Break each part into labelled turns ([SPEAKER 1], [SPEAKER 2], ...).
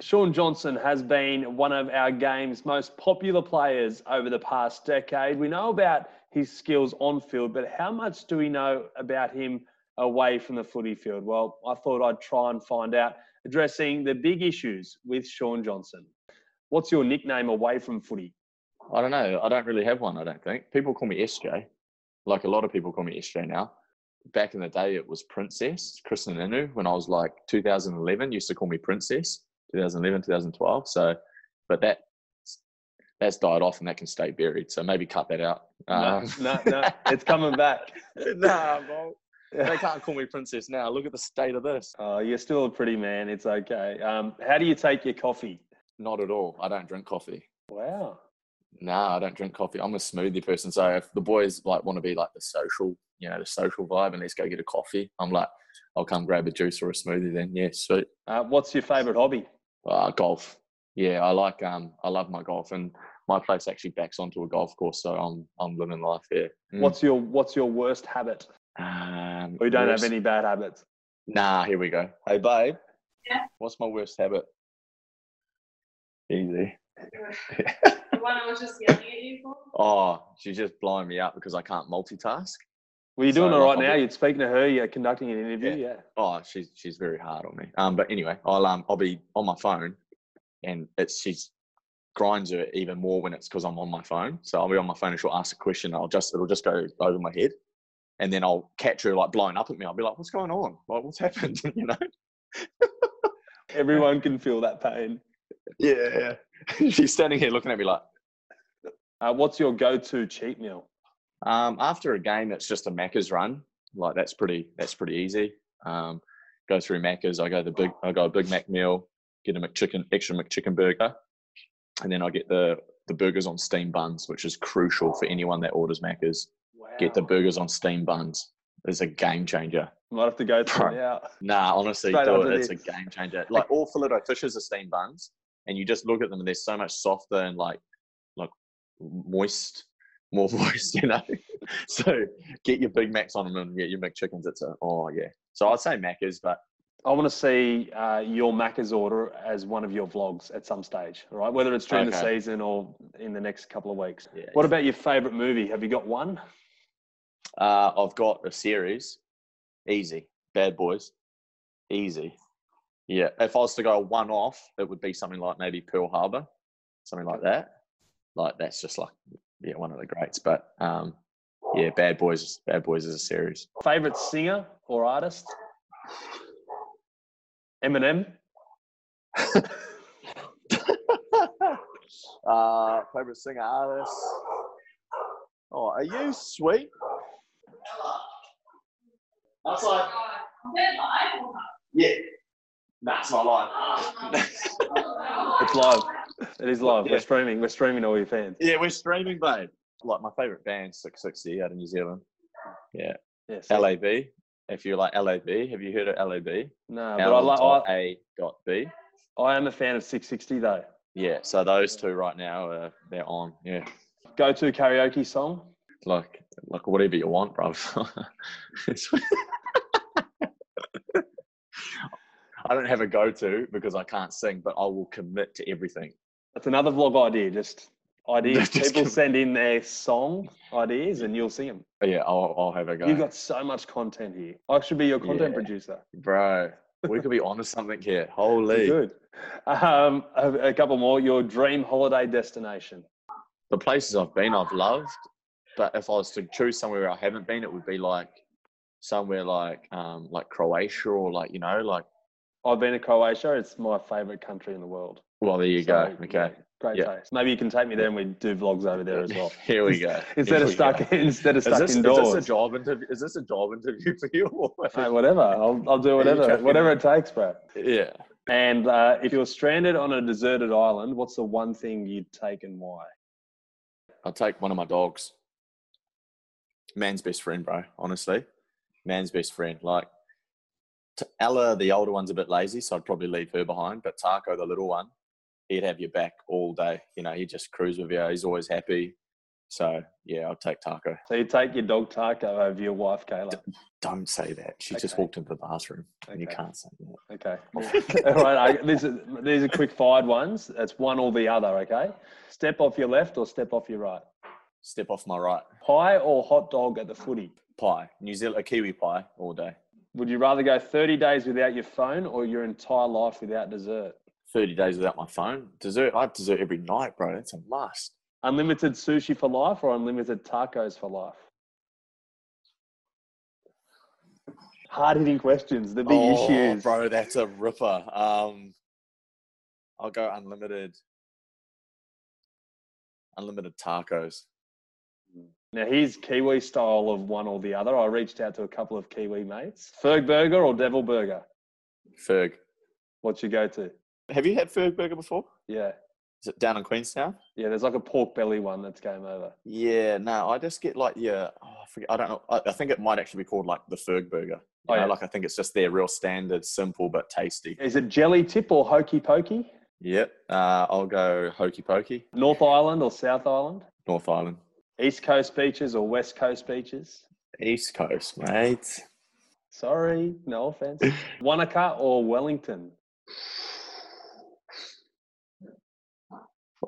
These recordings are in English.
[SPEAKER 1] Sean Johnson has been one of our game's most popular players over the past decade. We know about his skills on field, but how much do we know about him away from the footy field? Well, I thought I'd try and find out, addressing the big issues with Sean Johnson. What's your nickname away from footy?
[SPEAKER 2] I don't know. I don't really have one, I don't think. People call me SJ. Like a lot of people call me SJ now. Back in the day, it was Princess, Chris and Inu. When I was like 2011, used to call me Princess, 2011, 2012. So, but that that's died off and that can stay buried. So maybe cut that out. Um,
[SPEAKER 1] No, no, no. It's coming back.
[SPEAKER 2] Uh, nah, bro. They can't call me Princess now. Look at the state of this.
[SPEAKER 1] Oh, you're still a pretty man. It's okay. Um, how do you take your coffee?
[SPEAKER 2] Not at all. I don't drink coffee.
[SPEAKER 1] Wow.
[SPEAKER 2] No, I don't drink coffee. I'm a smoothie person. So if the boys like want to be like the social, you know, the social vibe, and let's go get a coffee, I'm like, I'll come grab a juice or a smoothie. Then yeah, sweet.
[SPEAKER 1] Uh, what's your favourite hobby?
[SPEAKER 2] Uh, golf. Yeah, I like um, I love my golf, and my place actually backs onto a golf course, so I'm I'm living life here. Mm.
[SPEAKER 1] What's your What's your worst habit?
[SPEAKER 2] Um,
[SPEAKER 1] We don't
[SPEAKER 2] worst-
[SPEAKER 1] have any bad habits.
[SPEAKER 2] Nah, here we go. Hey, babe.
[SPEAKER 3] Yeah.
[SPEAKER 2] What's my worst habit? Easy.
[SPEAKER 3] The one I was just yelling at you for?
[SPEAKER 2] Oh, she's just blowing me out because I can't multitask.
[SPEAKER 1] Well, you're doing
[SPEAKER 2] So,
[SPEAKER 1] all right
[SPEAKER 2] I'll
[SPEAKER 1] now.
[SPEAKER 2] be-
[SPEAKER 1] You're speaking to her. You're conducting an interview. Yeah.
[SPEAKER 2] Oh, she's she's very hard on me. Um, but anyway, I'll um I'll be on my phone, and it's she's grinds her even more when it's because I'm on my phone. So I'll be on my phone and she'll ask a question. I'll just it'll just go over my head, and then I'll catch her like blowing up at me. I'll be like, "What's going on? Like, what's happened?" you know?
[SPEAKER 1] Everyone can feel that pain.
[SPEAKER 2] Yeah. she's standing here looking at me like.
[SPEAKER 1] Uh, what's your go-to cheat meal?
[SPEAKER 2] Um, after a game, it's just a Macca's run. Like that's pretty that's pretty easy. Um, go through Macca's. I go the big I go a Big Mac meal, get a McChicken extra McChicken burger, and then I get the the burgers on steam buns, which is crucial for anyone that orders Macca's.
[SPEAKER 1] Wow.
[SPEAKER 2] Get the burgers on steam buns. It's a game changer.
[SPEAKER 1] Might have to go through
[SPEAKER 2] Right.
[SPEAKER 1] it now.
[SPEAKER 2] Nah, honestly,
[SPEAKER 1] Straight
[SPEAKER 2] do
[SPEAKER 1] onto
[SPEAKER 2] it. It's
[SPEAKER 1] this.
[SPEAKER 2] a game changer. Like all Filipino fishes are steam buns, and you just look at them and they're so much softer and like like moist, more moist, you know. so get your Big Macs on them and get your McChickens. It's a oh yeah. So I'd say Macca's, but
[SPEAKER 1] I want to see uh, your Macca's order as one of your vlogs at some stage, all right? Whether it's during the
[SPEAKER 2] Okay.
[SPEAKER 1] season or in the next couple of weeks.
[SPEAKER 2] yeah.
[SPEAKER 1] What about your favourite movie? Have you got one?
[SPEAKER 2] Uh, I've got a series, easy, Bad Boys, easy. Yeah, if I was to go one off, it would be something like maybe Pearl Harbor, something like that. Like that's just like yeah, one of the greats. But um, yeah, Bad Boys, Bad Boys is a series.
[SPEAKER 1] Favorite singer or artist? Eminem.
[SPEAKER 2] uh, favorite singer artist. Oh, are you sweet? That's like
[SPEAKER 3] They're live or not?
[SPEAKER 2] yeah, that's my line.
[SPEAKER 1] It's live. It is live.
[SPEAKER 2] Yeah.
[SPEAKER 1] We're streaming. We're streaming to all your fans.
[SPEAKER 2] Yeah, we're streaming, babe. Like my favorite band, Six Sixty, out of New Zealand. Yeah,
[SPEAKER 1] Yes.
[SPEAKER 2] LAB. If you like LAB, have you heard of LAB?
[SPEAKER 1] No, Uh, but I,
[SPEAKER 2] L
[SPEAKER 1] like.
[SPEAKER 2] dot A dot B.
[SPEAKER 1] I, I am a fan of 660 though.
[SPEAKER 2] Yeah, so those two right now, uh, they're on. Yeah,
[SPEAKER 1] Go to karaoke song.
[SPEAKER 2] like like whatever you want, bruv. It's- I don't have a go-to because I can't sing, but I will commit to everything.
[SPEAKER 1] That's another vlog idea. Just ideas.
[SPEAKER 2] Just
[SPEAKER 1] People
[SPEAKER 2] give-
[SPEAKER 1] send in their song ideas and you'll see them.
[SPEAKER 2] But yeah, I'll, I'll have a go.
[SPEAKER 1] You've got so much content here. I should be your content
[SPEAKER 2] Yeah.
[SPEAKER 1] producer.
[SPEAKER 2] Bro, we could be onto something here.
[SPEAKER 1] You're
[SPEAKER 2] Holy.
[SPEAKER 1] Good. Um, a, a couple more. Your dream holiday destination.
[SPEAKER 2] the places I've been, I've loved. But if I was to choose somewhere I haven't been, it would be like somewhere like um, like Croatia or like you know like
[SPEAKER 1] I've been to Croatia. It's my favorite country in the world.
[SPEAKER 2] well there you
[SPEAKER 1] So,
[SPEAKER 2] go
[SPEAKER 1] yeah,
[SPEAKER 2] okay
[SPEAKER 1] Great
[SPEAKER 2] Yeah.
[SPEAKER 1] taste. Maybe you can take me there and we do vlogs over there as well.
[SPEAKER 2] here we go
[SPEAKER 1] Instead of
[SPEAKER 2] Here we
[SPEAKER 1] stuck
[SPEAKER 2] go.
[SPEAKER 1] instead of
[SPEAKER 2] is
[SPEAKER 1] stuck
[SPEAKER 2] this, is this
[SPEAKER 1] indoors. Uh,
[SPEAKER 2] a job interview is this a job interview for you or what?
[SPEAKER 1] Hey, whatever. I'll, I'll do whatever
[SPEAKER 2] chucking
[SPEAKER 1] whatever
[SPEAKER 2] in?
[SPEAKER 1] it takes, bro.
[SPEAKER 2] yeah
[SPEAKER 1] And uh, if you're stranded on a deserted island, what's the one thing you'd take and why?
[SPEAKER 2] I'll take one of my dogs. Man's best friend, bro. Honestly, man's best friend. Like t- Ella, the older one's a bit lazy, so I'd probably leave her behind. But Taco, the little one, he'd have your back all day. You know, he'd just cruise with you. He's always happy. So yeah, I'll take Taco.
[SPEAKER 1] So you take your dog Taco over your wife, Kayla.
[SPEAKER 2] Don't say that. She just
[SPEAKER 1] Okay.
[SPEAKER 2] walked into the bathroom, and you
[SPEAKER 1] Okay.
[SPEAKER 2] can't say that.
[SPEAKER 1] Okay. all right. I, these, are, these are quick fired ones. That's one or the other. Okay. Step off your left or step off your right.
[SPEAKER 2] Step off my right.
[SPEAKER 1] Pie or hot dog at the footy.
[SPEAKER 2] Pie, New Zealand, a kiwi pie all day.
[SPEAKER 1] Would you rather go 30 days without your phone or your entire life without dessert?
[SPEAKER 2] Thirty days without my phone. Dessert. I have dessert every night, bro. That's a must.
[SPEAKER 1] Unlimited sushi for life or unlimited tacos for life? Hard hitting questions, the big
[SPEAKER 2] oh,
[SPEAKER 1] issues.
[SPEAKER 2] bro. That's a ripper. Um, I'll go unlimited. Unlimited tacos.
[SPEAKER 1] Now, here's Kiwi style of one or the other. I reached out to a couple of Kiwi mates. Ferg Burger or Devil Burger?
[SPEAKER 2] Ferg.
[SPEAKER 1] What's your go to?
[SPEAKER 2] Have you had Ferg burger before?
[SPEAKER 1] Yeah.
[SPEAKER 2] Is it down in Queenstown?
[SPEAKER 1] Yeah, there's like a pork belly one that's game over.
[SPEAKER 2] Yeah, no, I just get like yeah, oh, I forget. I don't know. I, I think it might actually be called like the Ferg burger.
[SPEAKER 1] Oh,
[SPEAKER 2] You
[SPEAKER 1] yeah.
[SPEAKER 2] know, Like I think it's just their real standard, simple but tasty.
[SPEAKER 1] Is it Jelly Tip or Hokey Pokey?
[SPEAKER 2] Yep. Uh, I'll go hokey pokey,
[SPEAKER 1] North Island or South Island?
[SPEAKER 2] North Island,
[SPEAKER 1] East Coast beaches or West Coast beaches?
[SPEAKER 2] East Coast, mate.
[SPEAKER 1] Sorry, no offense. Wanaka or Wellington?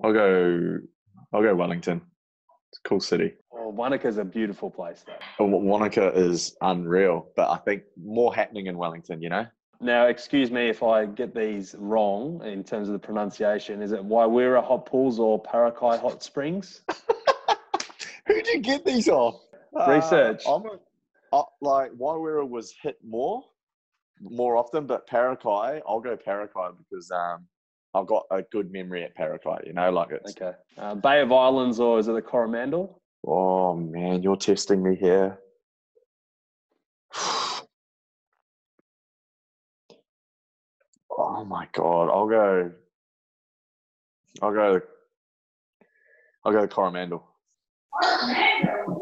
[SPEAKER 2] I'll go. I'll go Wellington. It's a cool city.
[SPEAKER 1] Oh, Wanaka's a beautiful place though.
[SPEAKER 2] Oh, Wa- Wanaka is unreal, but I think more happening in Wellington. You know,
[SPEAKER 1] Now, excuse me if I get these wrong in terms of the pronunciation. Is it Wairara Hot Pools or Parakai Hot Springs?
[SPEAKER 2] who'd you get these off?
[SPEAKER 1] Research.
[SPEAKER 2] Uh, I'm a, uh, like Wairara was hit more, more often, but Parakai. I'll go Parakai because um, I've got a good memory at Parakai. You know, like it's
[SPEAKER 1] Okay. Uh, Bay of Islands or is it the Coromandel?
[SPEAKER 2] Oh man, you're testing me here. Oh my god, I'll go. I'll go. I'll go Coromandel.
[SPEAKER 3] Coromandel.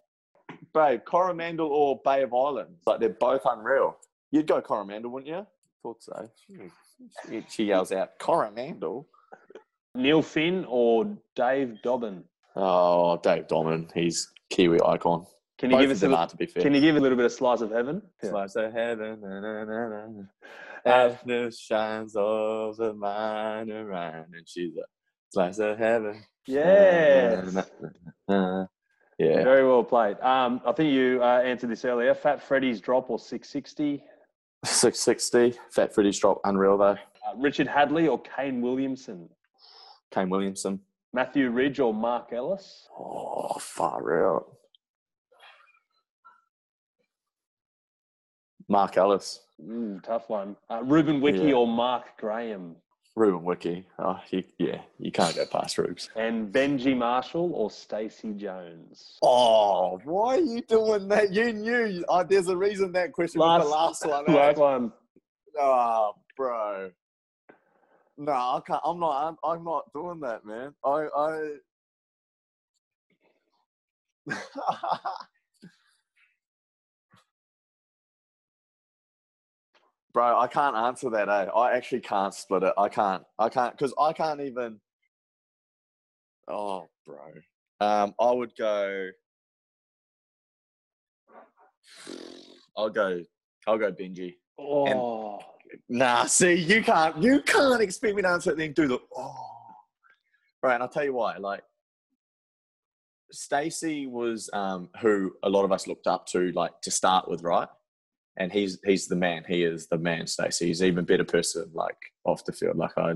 [SPEAKER 2] Babe, Coromandel or Bay of Islands? Like they're both unreal. You'd go Coromandel, wouldn't you? Thought so. She, she yells out, Coromandel.
[SPEAKER 1] Neil Finn or Dave Dobbin?
[SPEAKER 2] Oh, Dave Domin, he's Kiwi icon.
[SPEAKER 1] Can you
[SPEAKER 2] Both
[SPEAKER 1] give
[SPEAKER 2] of
[SPEAKER 1] us a
[SPEAKER 2] them
[SPEAKER 1] li-
[SPEAKER 2] are, to be fair.
[SPEAKER 1] can you give a little bit of slice of heaven?
[SPEAKER 2] Slice of heaven, na, na, na, na, na.
[SPEAKER 1] Uh,
[SPEAKER 2] Darkness shines over mine and mine, and she's a slice of heaven.
[SPEAKER 1] Yeah.
[SPEAKER 2] Na, na, na, na, na. Yeah.
[SPEAKER 1] Very well played. Um, I think you uh, answered this earlier. Fat Freddy's drop or 660.
[SPEAKER 2] 660, Fat Freddy's drop, unreal though.
[SPEAKER 1] Uh, Richard Hadley or Kane Williamson.
[SPEAKER 2] Kane Williamson.
[SPEAKER 1] Matthew Ridge or Mark Ellis.
[SPEAKER 2] Oh, far out. Mark Ellis,
[SPEAKER 1] Ooh, tough one. Uh, Ruben Wiki
[SPEAKER 2] Yeah.
[SPEAKER 1] or Mark Graham.
[SPEAKER 2] Ruben Wiki. Oh, he, yeah, you can't go past Rubes.
[SPEAKER 1] And Benji Marshall or Stacey Jones.
[SPEAKER 2] Oh, why are you doing that? You knew. Uh, there's a reason that question was the last one. eh?
[SPEAKER 1] Last one.
[SPEAKER 2] Oh, bro. No, I can't. I'm not. I'm, I'm not doing that, man. I. I... bro, I can't answer that. Eh? I actually can't split it. I can't. I can't because I can't even. Oh, bro. Um, I would go. I'll go. I'll go Benji.
[SPEAKER 1] Oh.
[SPEAKER 2] Nah, see, you can't you can't expect me to answer it and then do the oh right, and I'll tell you why. Like Stacy was um who a lot of us looked up to like to start with, right? And he's he's the man. He is the man, Stacy. He's an even better person, like off the field. Like I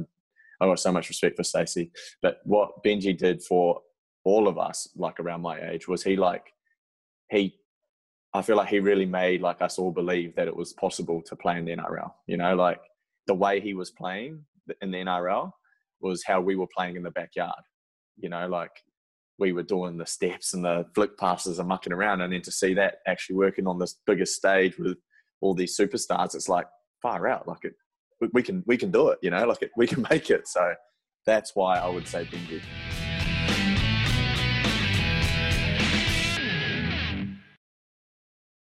[SPEAKER 2] I got so much respect for Stacy. But what Benji did for all of us, like around my age, was he like he I feel like he really made like us all believe that it was possible to play in the NRL. You know, like the way he was playing in the NRL was how we were playing in the backyard. You know, like we were doing the steps and the flick passes and mucking around, and then to see that actually working on this biggest stage with all these superstars, it's like far out. Like it, we- we can we can do it. You know, like it, we can make it. So that's why I would say Benji.